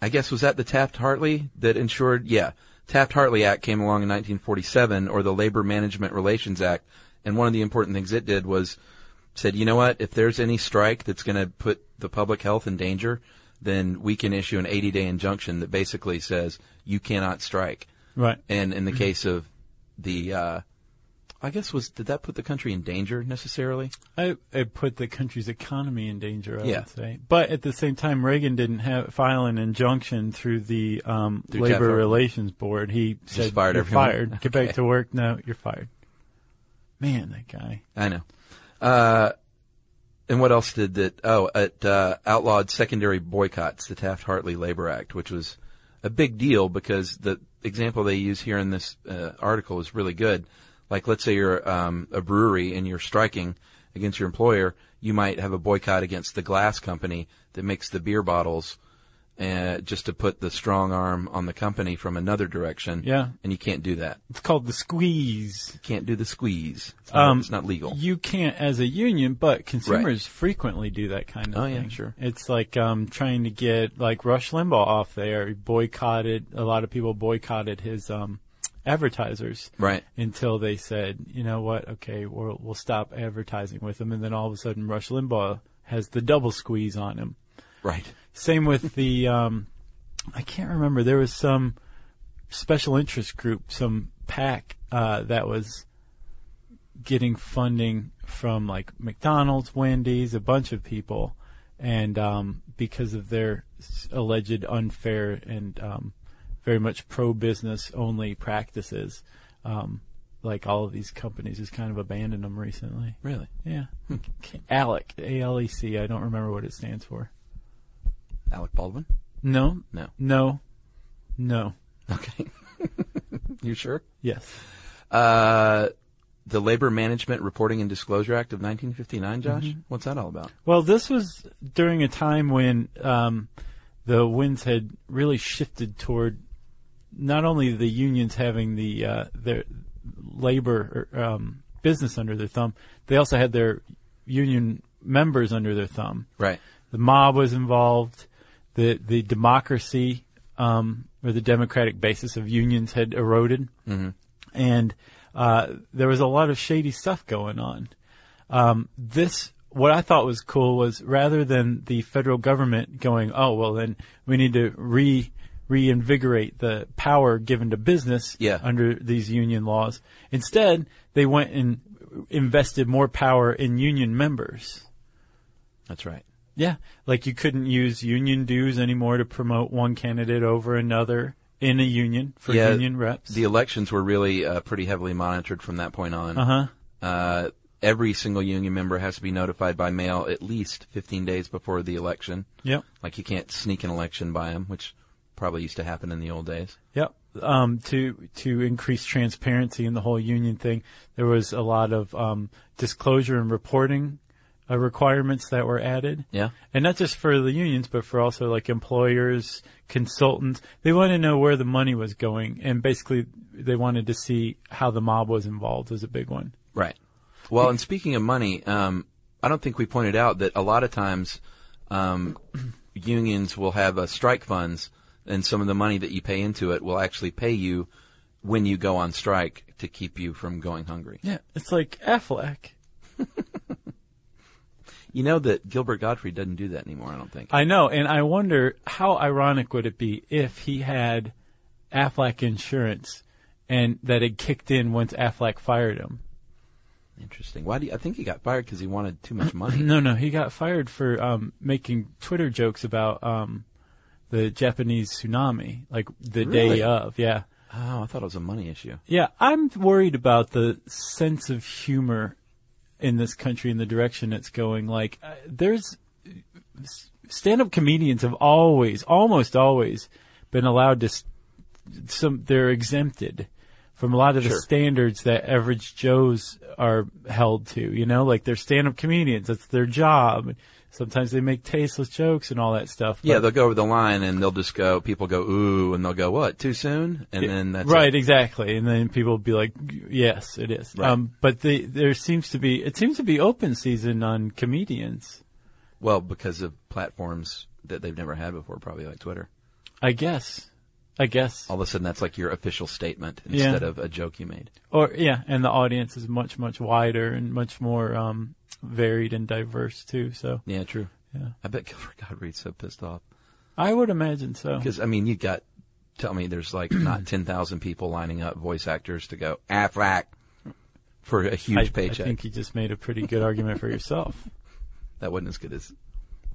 Speaker 3: I guess was that the Taft Hartley that ensured? Yeah, Taft Hartley Act came along in 1947, or the Labor Management Relations Act, and one of the important things it did was said, you know what? If there's any strike that's going to put the public health in danger, then we can issue an 80 day injunction that basically says you cannot strike.
Speaker 2: Right.
Speaker 3: And in the case of the, uh, I guess was did that put the country in danger necessarily?
Speaker 2: I, it put the country's economy in danger, I
Speaker 3: Yeah.
Speaker 2: would say. But at the same time, Reagan didn't have, file an injunction through the um,
Speaker 3: Through
Speaker 2: Labor
Speaker 3: Taft-
Speaker 2: Relations Board. He said,
Speaker 3: fired
Speaker 2: "You're
Speaker 3: everyone."
Speaker 2: fired. Get
Speaker 3: Okay.
Speaker 2: back to work. No, you're fired." Man, that guy.
Speaker 3: I know. Uh, and what else did that? Oh, it uh, outlawed secondary boycotts, the Taft Hartley Labor Act, which was a big deal because the example they use here in this uh, article is really good. Like, let's say you're um, a brewery and you're striking against your employer, you might have a boycott against the glass company that makes the beer bottles. Uh, just to put the strong arm on the company from another direction.
Speaker 2: Yeah.
Speaker 3: And you can't do that.
Speaker 2: It's called the squeeze.
Speaker 3: You can't do the squeeze. It's not,
Speaker 2: Um,
Speaker 3: it's not legal.
Speaker 2: You can't as a union, but consumers frequently do that kind of
Speaker 3: Oh, yeah,
Speaker 2: thing.
Speaker 3: sure.
Speaker 2: It's like um, trying to get like Rush Limbaugh off the air. He boycotted a lot of people boycotted his um, advertisers.
Speaker 3: Right.
Speaker 2: Until they said, you know what? Okay, we'll we'll stop advertising with them, and then all of a sudden, Rush Limbaugh has the double squeeze on him.
Speaker 3: Right.
Speaker 2: Same with the, um, I can't remember. There was some special interest group, some PAC uh, that was getting funding from like McDonald's, Wendy's, a bunch of people, and um, because of their s- alleged unfair and um, very much pro-business only practices, um, like all of these companies just kind of abandoned them recently.
Speaker 3: Really?
Speaker 2: Yeah, ALEC, A L E C. I don't remember what it stands for.
Speaker 3: Alec Baldwin?
Speaker 2: No,
Speaker 3: No.
Speaker 2: no, no.
Speaker 3: Okay. you sure?
Speaker 2: Yes.
Speaker 3: Uh, the Labor Management Reporting and Disclosure Act of 1959, Josh? What's that all about?
Speaker 2: Well, this was during a time when um, the winds had really shifted toward not only the unions having the uh, their labor or, um, business under their thumb, they also had their union members under their thumb.
Speaker 3: Right.
Speaker 2: The mob was involved. The the democracy um, or the democratic basis of unions had eroded, mm-hmm. and uh, there was a lot of shady stuff going on. Um, this what I thought was cool was rather than the federal government going, oh well, then we need to re reinvigorate the power given to business
Speaker 3: Yeah.
Speaker 2: under these union laws. Instead, they went and invested more power in union members.
Speaker 3: That's right.
Speaker 2: Yeah, like you couldn't use union dues anymore to promote one candidate over another in a union for
Speaker 3: Yeah,
Speaker 2: union reps.
Speaker 3: The elections were really uh, pretty heavily monitored from that point on.
Speaker 2: uh huh.
Speaker 3: Uh, every single union member has to be notified by mail at least 15 days before the election.
Speaker 2: Yep.
Speaker 3: Like you can't sneak an election by them, which probably used to happen in the old days.
Speaker 2: Yep. Um, to to increase transparency in the whole union thing, there was a lot of um, disclosure and reporting uh, requirements that were added.
Speaker 3: Yeah.
Speaker 2: And not just for the unions, but for also like employers, consultants. They wanted to know where the money was going, and basically they wanted to see how the mob was involved was a big one.
Speaker 3: Right. Well, and speaking of money, um, I don't think we pointed out that a lot of times um, unions will have uh, strike funds, and some of the money that you pay into it will actually pay you when you go on strike to keep you from going hungry.
Speaker 2: Yeah, it's like Affleck.
Speaker 3: You know that Gilbert Godfrey doesn't do that anymore. I don't think.
Speaker 2: I know, and I wonder how ironic would it be if he had Affleck insurance and that it kicked in once Affleck fired him.
Speaker 3: Interesting. Why do you, I think he got fired because he wanted too much money?
Speaker 2: No, no, he got fired for um, making Twitter jokes about um, the Japanese tsunami, like the
Speaker 3: Really?
Speaker 2: day of. Yeah,
Speaker 3: oh, I thought it was a money issue.
Speaker 2: yeah. I'm worried about the sense of humor in this country and the direction it's going. Like, uh, there's stand-up comedians have always, almost always, been allowed to. s- Some they're exempted from a lot of the
Speaker 3: Sure.
Speaker 2: standards that average Joes are held to. You know, like they're stand-up comedians. That's their job. Sometimes they make tasteless jokes and all that stuff.
Speaker 3: Yeah,
Speaker 2: but-
Speaker 3: they'll go over the line and they'll just go, people go, ooh, and they'll go, what, too soon? And then that's
Speaker 2: right,
Speaker 3: It.
Speaker 2: exactly. And then people will be like, "Yes, it is."
Speaker 3: Right.
Speaker 2: Um, but the, there seems to be it seems to be open season on comedians.
Speaker 3: Well, because of platforms that they've never had before, probably like Twitter.
Speaker 2: I guess. I guess.
Speaker 3: All of a sudden, that's like your official statement
Speaker 2: Yeah.
Speaker 3: instead of a joke you made.
Speaker 2: Or yeah, and the audience is much much wider and much more um, varied and diverse too. So
Speaker 3: Yeah, true.
Speaker 2: Yeah.
Speaker 3: I bet Gilbert Gottfried's so pissed off.
Speaker 2: I would imagine so.
Speaker 3: Because, I mean, you got, tell me there's like not 10,000 people lining up voice actors to go, Aflac, for a huge
Speaker 2: I,
Speaker 3: paycheck.
Speaker 2: I think you just made a pretty good argument for yourself.
Speaker 3: that wasn't as good as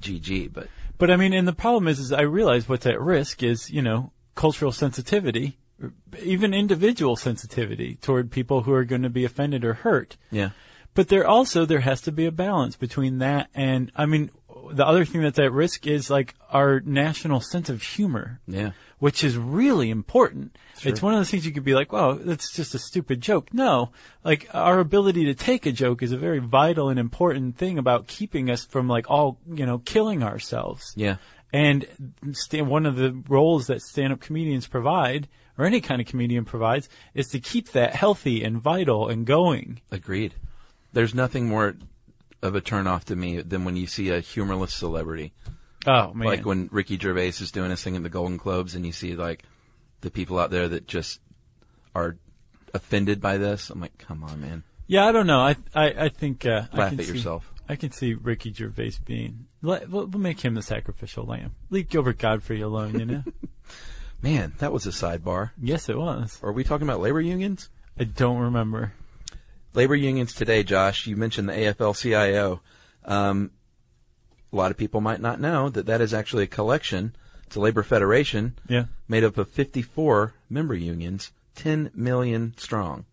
Speaker 3: GG, but
Speaker 2: But I mean, and the problem is, is I realize what's at risk is, you know, cultural sensitivity, or even individual sensitivity toward people who are going to be offended or hurt.
Speaker 3: yeah.
Speaker 2: But there also there has to be a balance between that and I mean the other thing that's at risk is like our national sense of humor.
Speaker 3: Yeah.
Speaker 2: Which is really important. It's one of those things you could be like, "Wow, that's just a stupid joke." No, like our ability to take a joke is a very vital and important thing about keeping us from like all you know killing ourselves.
Speaker 3: Yeah.
Speaker 2: And sta one of the roles that stand-up comedians provide, or any kind of comedian provides, is to keep that healthy and vital and going.
Speaker 3: Agreed. There's nothing more of a turnoff to me than when you see a humorless celebrity.
Speaker 2: Oh man!
Speaker 3: Like when Ricky Gervais is doing his thing in the Golden Globes and you see like the people out there that just are offended by this. I'm like, come on, man.
Speaker 2: Yeah, I don't know. I I, I think uh, I
Speaker 3: Laugh
Speaker 2: can
Speaker 3: at
Speaker 2: see-
Speaker 3: yourself.
Speaker 2: I can see Ricky Gervais being. Let, we'll, we'll make him the sacrificial lamb. Leave Gilbert Godfrey alone. You know.
Speaker 3: Man, that was a sidebar.
Speaker 2: yes, it was.
Speaker 3: Are we talking about labor unions?
Speaker 2: I don't remember.
Speaker 3: labor unions today, Josh, you mentioned the AFL-CIO. Um, a lot of people might not know that that is actually a collection. It's a labor federation
Speaker 2: Yeah,
Speaker 3: made up of 54 member unions, 10 million strong.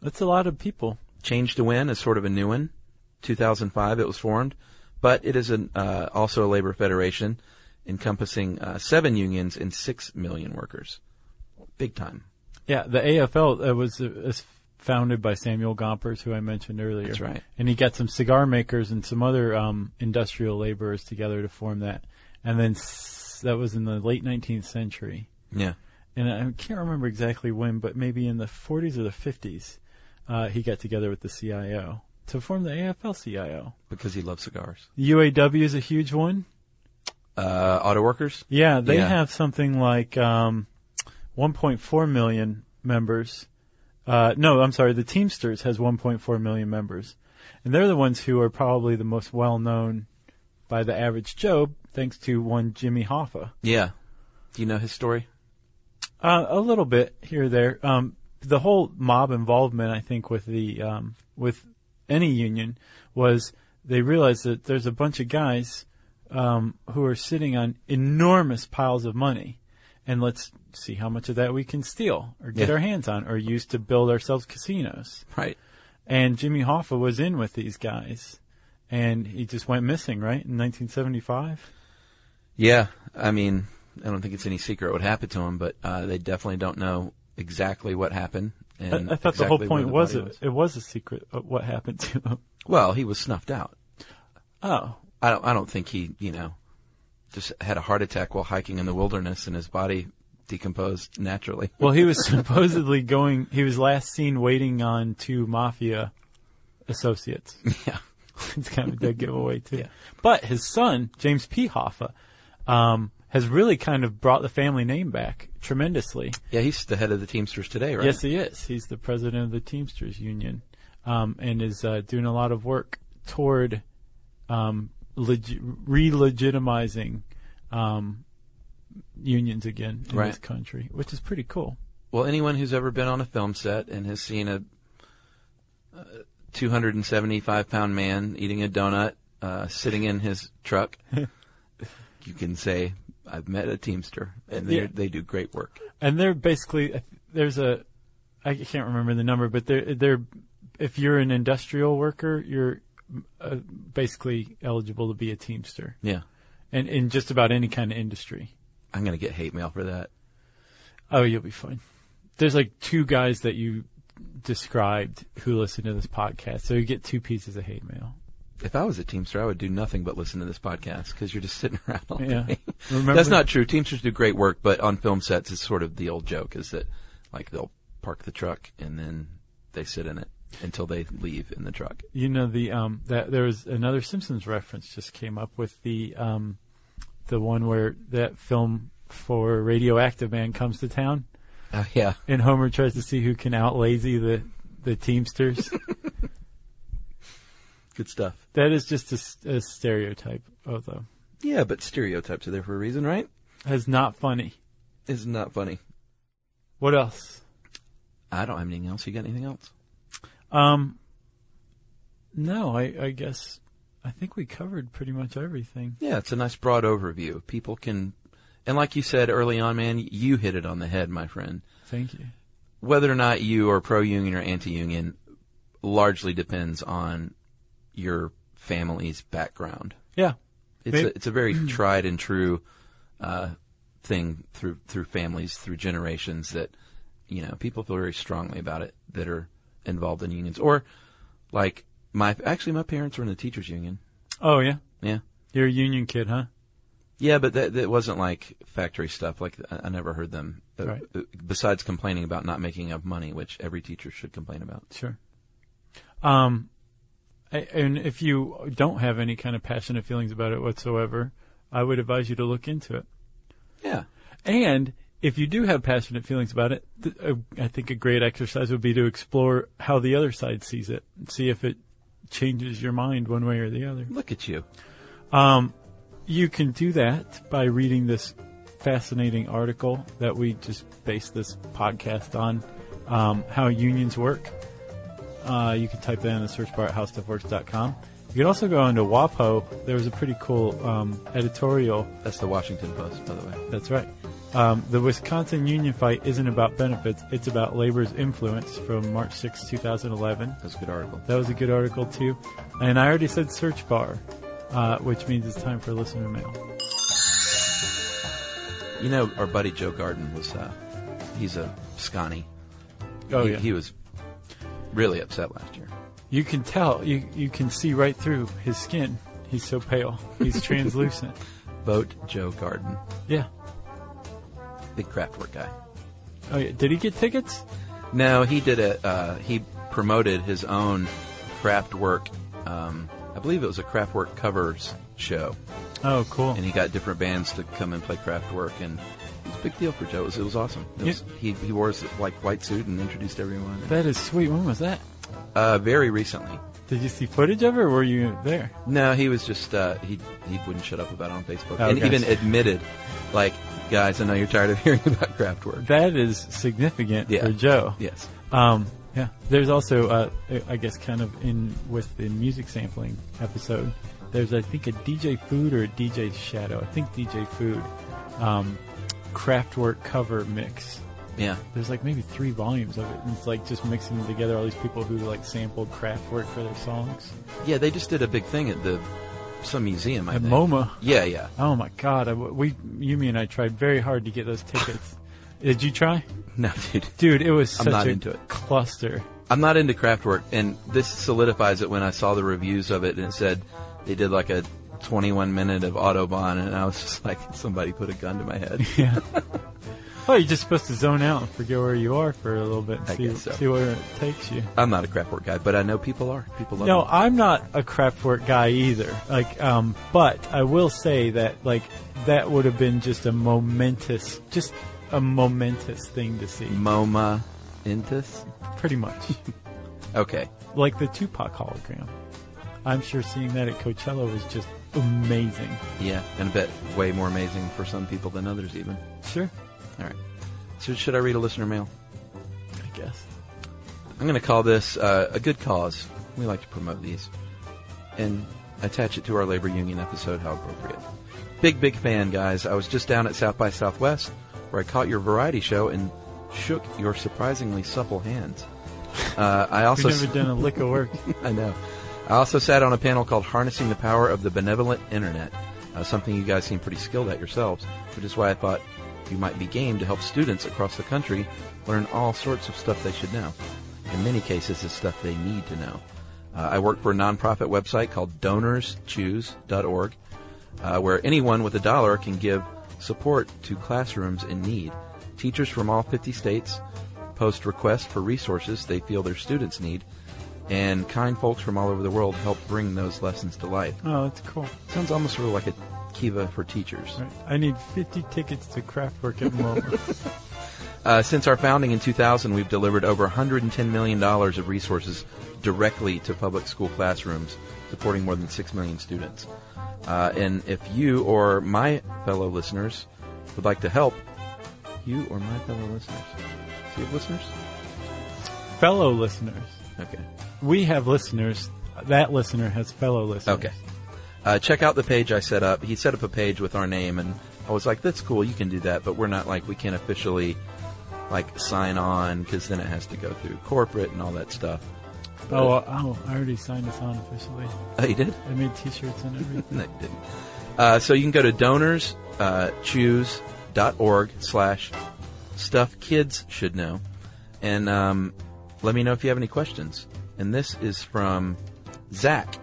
Speaker 2: that's a lot of people.
Speaker 3: Change to Win is sort of a new one. 2005 it was formed, but it is an, uh, also a labor federation encompassing uh, seven unions and six million workers. Big time.
Speaker 2: Yeah, the AFL uh, was uh, is founded by Samuel Gompers, who I mentioned earlier.
Speaker 3: That's right.
Speaker 2: And he got some cigar makers and some other um, industrial laborers together to form that. And then s- that was in the late 19th century.
Speaker 3: Yeah.
Speaker 2: and I can't remember exactly when, but maybe in the 40s or the 50s, uh, he got together with the CIO to form the AFL-CIO.
Speaker 3: Because he loves cigars.
Speaker 2: The UAW is a huge one.
Speaker 3: Uh, auto workers?
Speaker 2: Yeah, they
Speaker 3: Yeah.
Speaker 2: have something like um, 1.4 million members. Uh, no, I'm sorry, the Teamsters has 1.4 million members, and they're the ones who are probably the most well known by the average Joe, thanks to one Jimmy Hoffa.
Speaker 3: Yeah. Do you know his story?
Speaker 2: Uh, a little bit here or there. Um, the whole mob involvement, I think, with the um, with any union was they realized that there's a bunch of guys um, who are sitting on enormous piles of money, and let's see how much of that we can steal or get
Speaker 3: Yeah.
Speaker 2: our hands on or use to build ourselves casinos.
Speaker 3: Right.
Speaker 2: And Jimmy Hoffa was in with these guys, and he just went missing, right, in 1975.
Speaker 3: Yeah, I mean, I don't think it's any secret what happened to him, but uh, they definitely don't know exactly what happened.
Speaker 2: I, I
Speaker 3: And
Speaker 2: thought the whole
Speaker 3: exactly where
Speaker 2: point was
Speaker 3: body
Speaker 2: it, it was a secret of what happened to him.
Speaker 3: Well, he was snuffed out.
Speaker 2: Oh.
Speaker 3: I don't. I don't think he, you know, just had a heart attack while hiking in the wilderness, and his body decomposed naturally.
Speaker 2: Well, he was supposedly going. He was last seen waiting on two mafia associates.
Speaker 3: yeah.
Speaker 2: It's kind of a dead giveaway too.
Speaker 3: Yeah.
Speaker 2: But his son, James P. Hoffa, um, has really kind of brought the family name back tremendously.
Speaker 3: Yeah, he's the head of the Teamsters today, right?
Speaker 2: Yes, he is. He's the president of the Teamsters Union, um, and is uh, doing a lot of work toward um, legi- re-legitimizing um, unions again in
Speaker 3: Right.
Speaker 2: this country, which is pretty cool.
Speaker 3: Well, anyone who's ever been on a film set and has seen a 275 pound man eating a donut, uh, sitting in his truck, you can say, I've met a Teamster, and they
Speaker 2: Yeah.
Speaker 3: they do great work.
Speaker 2: and they're basically there's a I can't remember the number, but they're they're if you're an industrial worker, you're uh, basically eligible to be a teamster,
Speaker 3: Yeah.
Speaker 2: and in just about any kind of industry.
Speaker 3: I'm going to get hate mail for that.
Speaker 2: Oh, you'll be fine. there's like two guys that you described who listen to this podcast, so you get two pieces of hate mail.
Speaker 3: If I was a Teamster, I would do nothing but listen to this podcast because you're just sitting around all
Speaker 2: Yeah.
Speaker 3: day.
Speaker 2: Remember-
Speaker 3: That's not true. Teamsters do great work, but on film sets, it's sort of the old joke is that like they'll park the truck and then they sit in it until they leave in the truck.
Speaker 2: You know the um that there was another Simpsons reference just came up with the um the one where that film for Radioactive Man comes to town
Speaker 3: Uh, yeah.
Speaker 2: and Homer tries to see who can outlazy the the Teamsters.
Speaker 3: Good stuff.
Speaker 2: that is just a, s- a stereotype, although
Speaker 3: Yeah, but stereotypes are there for a reason, right?
Speaker 2: that's not funny.
Speaker 3: It's not funny.
Speaker 2: What else?
Speaker 3: I don't have anything else. You got anything else?
Speaker 2: Um, no, I, I guess I think we covered pretty much everything.
Speaker 3: Yeah, it's a nice broad overview. People can, and like you said early on, man, you hit it on the head, my friend.
Speaker 2: Thank you.
Speaker 3: Whether or not you are pro union or anti union largely depends on your family's background.
Speaker 2: Yeah,
Speaker 3: It's a,
Speaker 2: Maybe-
Speaker 3: it's a very tried and true uh, thing through through families, through generations that you know people feel very strongly about it that are involved in unions or like my actually my parents were in the teachers union.
Speaker 2: Oh yeah,
Speaker 3: Yeah,
Speaker 2: you're a union kid, huh?
Speaker 3: yeah, but that that wasn't like factory stuff. Like I, I never heard them. uh,
Speaker 2: Right.
Speaker 3: uh, Besides complaining about not making enough money, which every teacher should complain about.
Speaker 2: Sure. Um, I, and if you don't have any kind of passionate feelings about it whatsoever, I would advise you to look into it.
Speaker 3: Yeah,
Speaker 2: And if you do have passionate feelings about it, th- uh, I think a great exercise would be to explore how the other side sees it, and see if it changes your mind one way or the other.
Speaker 3: look at you.
Speaker 2: You can do that by reading this fascinating article that we just based this podcast on um, how unions work. Uh, you can type that in the search bar at howstuffworks.com. You can also go onto WAPO. There was a pretty cool um, editorial.
Speaker 3: That's the Washington Post, by the way.
Speaker 2: That's right. Um, the Wisconsin union fight isn't about benefits, it's about labor's influence from March 6, 2011.
Speaker 3: That's a good article.
Speaker 2: That was a good article, too. And I already said search bar, uh, which means it's time for listener mail.
Speaker 3: You know, our buddy Joe Garden was, uh, he's a Scotty.
Speaker 2: Oh,
Speaker 3: he,
Speaker 2: yeah.
Speaker 3: he was really upset last year.
Speaker 2: You can tell. You you can see right through his skin. He's so pale. He's translucent.
Speaker 3: Vote Joe Garden,
Speaker 2: Yeah.
Speaker 3: big craftwork guy.
Speaker 2: Oh yeah. Did he get tickets?
Speaker 3: No, he did a, uh, he promoted his own craftwork, um, I believe it was a craftwork covers show,
Speaker 2: Oh, cool.
Speaker 3: and he got different bands to come and play craftwork, and it was a big deal for Joe. It was, it was awesome. It
Speaker 2: Yeah.
Speaker 3: was, he, he wore his, like, white suit and introduced everyone.
Speaker 2: That is sweet. When was that?
Speaker 3: uh, very recently.
Speaker 2: Did you see footage of it, or were you there?
Speaker 3: No, he was just uh, he he wouldn't shut up about it on Facebook,
Speaker 2: Oh,
Speaker 3: and
Speaker 2: okay.
Speaker 3: even admitted, like, guys, I know you're tired of hearing about craft work.
Speaker 2: That is significant
Speaker 3: Yeah.
Speaker 2: for Joe.
Speaker 3: Yes,
Speaker 2: Um. Yeah. There's also, uh, I- I guess, kind of in with the music sampling episode. There's, I think, a DJ Food or a DJ Shadow. I think DJ Food, um, Kraftwerk cover mix.
Speaker 3: yeah,
Speaker 2: there's like maybe three volumes of it, and it's like just mixing together all these people who like sampled Kraftwerk for their songs.
Speaker 3: yeah. They just did a big thing at the some museum. I
Speaker 2: At
Speaker 3: think.
Speaker 2: MoMA.
Speaker 3: Yeah, yeah.
Speaker 2: Oh my God, I, we, Yumi and I tried very hard to get those tickets. Did you try,
Speaker 3: No, dude,
Speaker 2: dude? It was
Speaker 3: I'm
Speaker 2: such
Speaker 3: not
Speaker 2: a
Speaker 3: into it.
Speaker 2: cluster.
Speaker 3: I'm not into craft work, and this solidifies it when I saw the reviews of it, and it said they did like a 21 minute of Autobahn, and I was just like, somebody put a gun to my head.
Speaker 2: Yeah. oh, you're just supposed to zone out and forget where you are for a little bit and
Speaker 3: I
Speaker 2: see,
Speaker 3: guess so.
Speaker 2: see where it takes you.
Speaker 3: I'm not a craft work guy, but I know people are. People love
Speaker 2: No,
Speaker 3: it.
Speaker 2: I'm not a Kraftwerk guy either. Like, um, but I will say that like that would have been just a momentous, just a momentous thing to see.
Speaker 3: MoMA Intus.
Speaker 2: Pretty much.
Speaker 3: Okay.
Speaker 2: like the Tupac hologram. I'm sure seeing that at Coachella was just amazing.
Speaker 3: Yeah, and I bet way more amazing for some people than others, even.
Speaker 2: Sure.
Speaker 3: All right. So, should I read a listener mail?
Speaker 2: I guess.
Speaker 3: I'm going to call this uh, a good cause. We like to promote these and attach it to our labor union episode how appropriate. Big, big fan, guys. I was just down at South by Southwest where I caught your variety show and shook your surprisingly supple hands. Uh, I also
Speaker 2: We've never done a lick of work.
Speaker 3: I know. I also sat on a panel called Harnessing the Power of the Benevolent Internet, uh, something you guys seem pretty skilled at yourselves, which is why I thought You might be game to help students across the country learn all sorts of stuff they should know. In many cases, it's stuff they need to know. Uh, I work for a nonprofit website called DonorsChoose.org, uh, where anyone with a dollar can give support to classrooms in need. Teachers from all 50 states post requests for resources they feel their students need, and kind folks from all over the world help bring those lessons to life.
Speaker 2: Oh, that's cool.
Speaker 3: Sounds almost sort of like a Kiva for teachers.
Speaker 2: All right. I need 50 tickets to Kraftwerk at Mullen.
Speaker 3: Uh, since our founding in 2000, we've delivered over $110 million of resources directly to public school classrooms, supporting more than 6 million students. Uh, and if you or my fellow listeners would like to help, you or my fellow listeners. Do you have listeners?
Speaker 2: fellow listeners.
Speaker 3: Okay.
Speaker 2: We have listeners. That listener has fellow listeners.
Speaker 3: Okay. Uh, check out the page I set up. He set up a page with our name, and I was like, that's cool, you can do that, but we're not like, we can't officially like sign on because then it has to go through corporate and all that stuff.
Speaker 2: Oh, uh, oh, I already signed us on officially.
Speaker 3: Oh, you did?
Speaker 2: I made T-shirts and everything.
Speaker 3: No, you didn't. Uh, so you can go to donors, uh, choose.org slash stuff kids should know. And, um, let me know if you have any questions. And this is from Zach.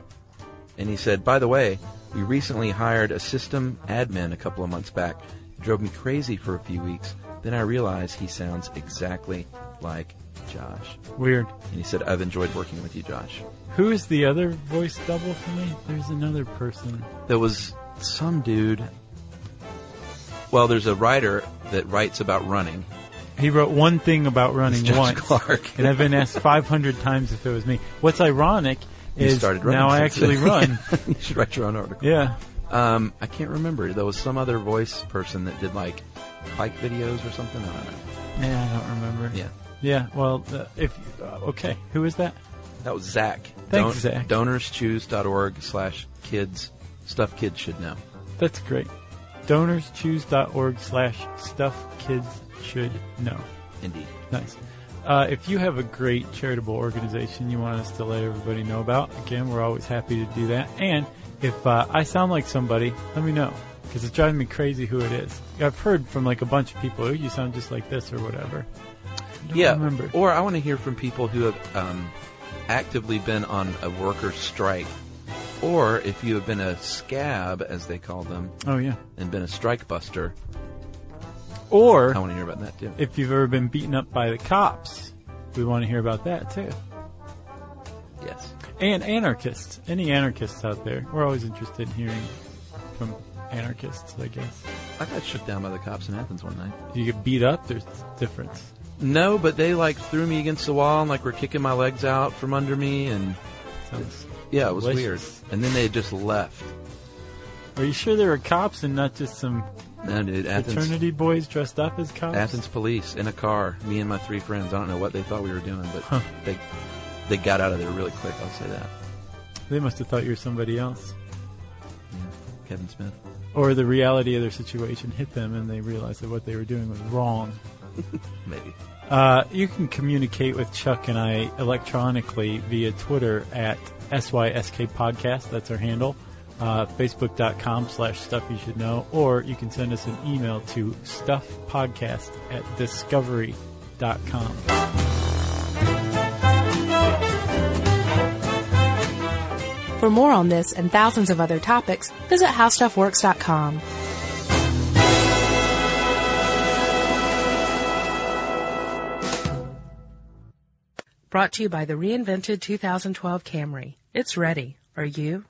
Speaker 3: And he said, by the way, we recently hired a system admin a couple of months back. It drove me crazy for a few weeks. Then I realized he sounds exactly like Josh.
Speaker 2: Weird.
Speaker 3: And he said, I've enjoyed working with you, Josh.
Speaker 2: Who is the other voice double for me? There's another person.
Speaker 3: There was some dude. Well, there's a writer that writes about running.
Speaker 2: He wrote one thing about running
Speaker 3: Josh
Speaker 2: once,
Speaker 3: Clark.
Speaker 2: and I've been asked 500 times if it was me. What's ironic
Speaker 3: You
Speaker 2: is
Speaker 3: started running.
Speaker 2: now I
Speaker 3: since
Speaker 2: actually
Speaker 3: then.
Speaker 2: run.
Speaker 3: you should write your own article.
Speaker 2: Yeah.
Speaker 3: Um, I can't remember. There was some other voice person that did like bike videos or something. I don't know.
Speaker 2: Yeah, I don't remember.
Speaker 3: Yeah.
Speaker 2: Yeah. Well, uh, if uh, okay, who is that?
Speaker 3: That was Zach.
Speaker 2: Thanks, Zach.
Speaker 3: DonorsChoose.org slash kids. Stuff kids should know.
Speaker 2: That's great. DonorsChoose.org slash stuff kids should know.
Speaker 3: Indeed.
Speaker 2: Nice. Uh, if you have a great charitable organization you want us to let everybody know about, again, we're always happy to do that. And if uh, I sound like somebody, let me know because it's driving me crazy who it is. I've heard from like a bunch of people, oh, you sound just like this or whatever. I don't
Speaker 3: yeah.
Speaker 2: remember.
Speaker 3: Or I want to hear from people who have um, actively been on a worker strike, or if you have been a scab, as they call them,
Speaker 2: Oh yeah.
Speaker 3: and been a strike buster.
Speaker 2: Or
Speaker 3: I want to hear about that too.
Speaker 2: if you've ever been beaten up by the cops, we want to hear about that too.
Speaker 3: yes.
Speaker 2: And anarchists, any anarchists out there, we're always interested in hearing from anarchists. I guess
Speaker 3: I got shook down by the cops in Athens one night.
Speaker 2: you get beat up, there's difference.
Speaker 3: No, but they like threw me against the wall and like were kicking my legs out from under me and
Speaker 2: Sounds
Speaker 3: yeah, it was
Speaker 2: Delicious.
Speaker 3: weird. And then they just left.
Speaker 2: Are you sure there were cops and not just some
Speaker 3: No, dude, Athens,
Speaker 2: fraternity boys dressed up as cops?
Speaker 3: Athens police in a car. Me and my three friends. I don't know what they thought we were doing, but they they got out of there really quick. I'll say that.
Speaker 2: They must have thought you were somebody else.
Speaker 3: Kevin Smith.
Speaker 2: Or the reality of their situation hit them and they realized that what they were doing was wrong.
Speaker 3: Maybe.
Speaker 2: Uh, you can communicate with Chuck and I electronically via Twitter at SYSK Podcast. That's our handle. Uh, Facebook.com slash stuff you should know. Or you can send us an email to stuffpodcast at discovery.com.
Speaker 1: For more on this and thousands of other topics, visit howstuffworks.com. Brought to you by the reinvented 2012 Camry. It's ready. Are you?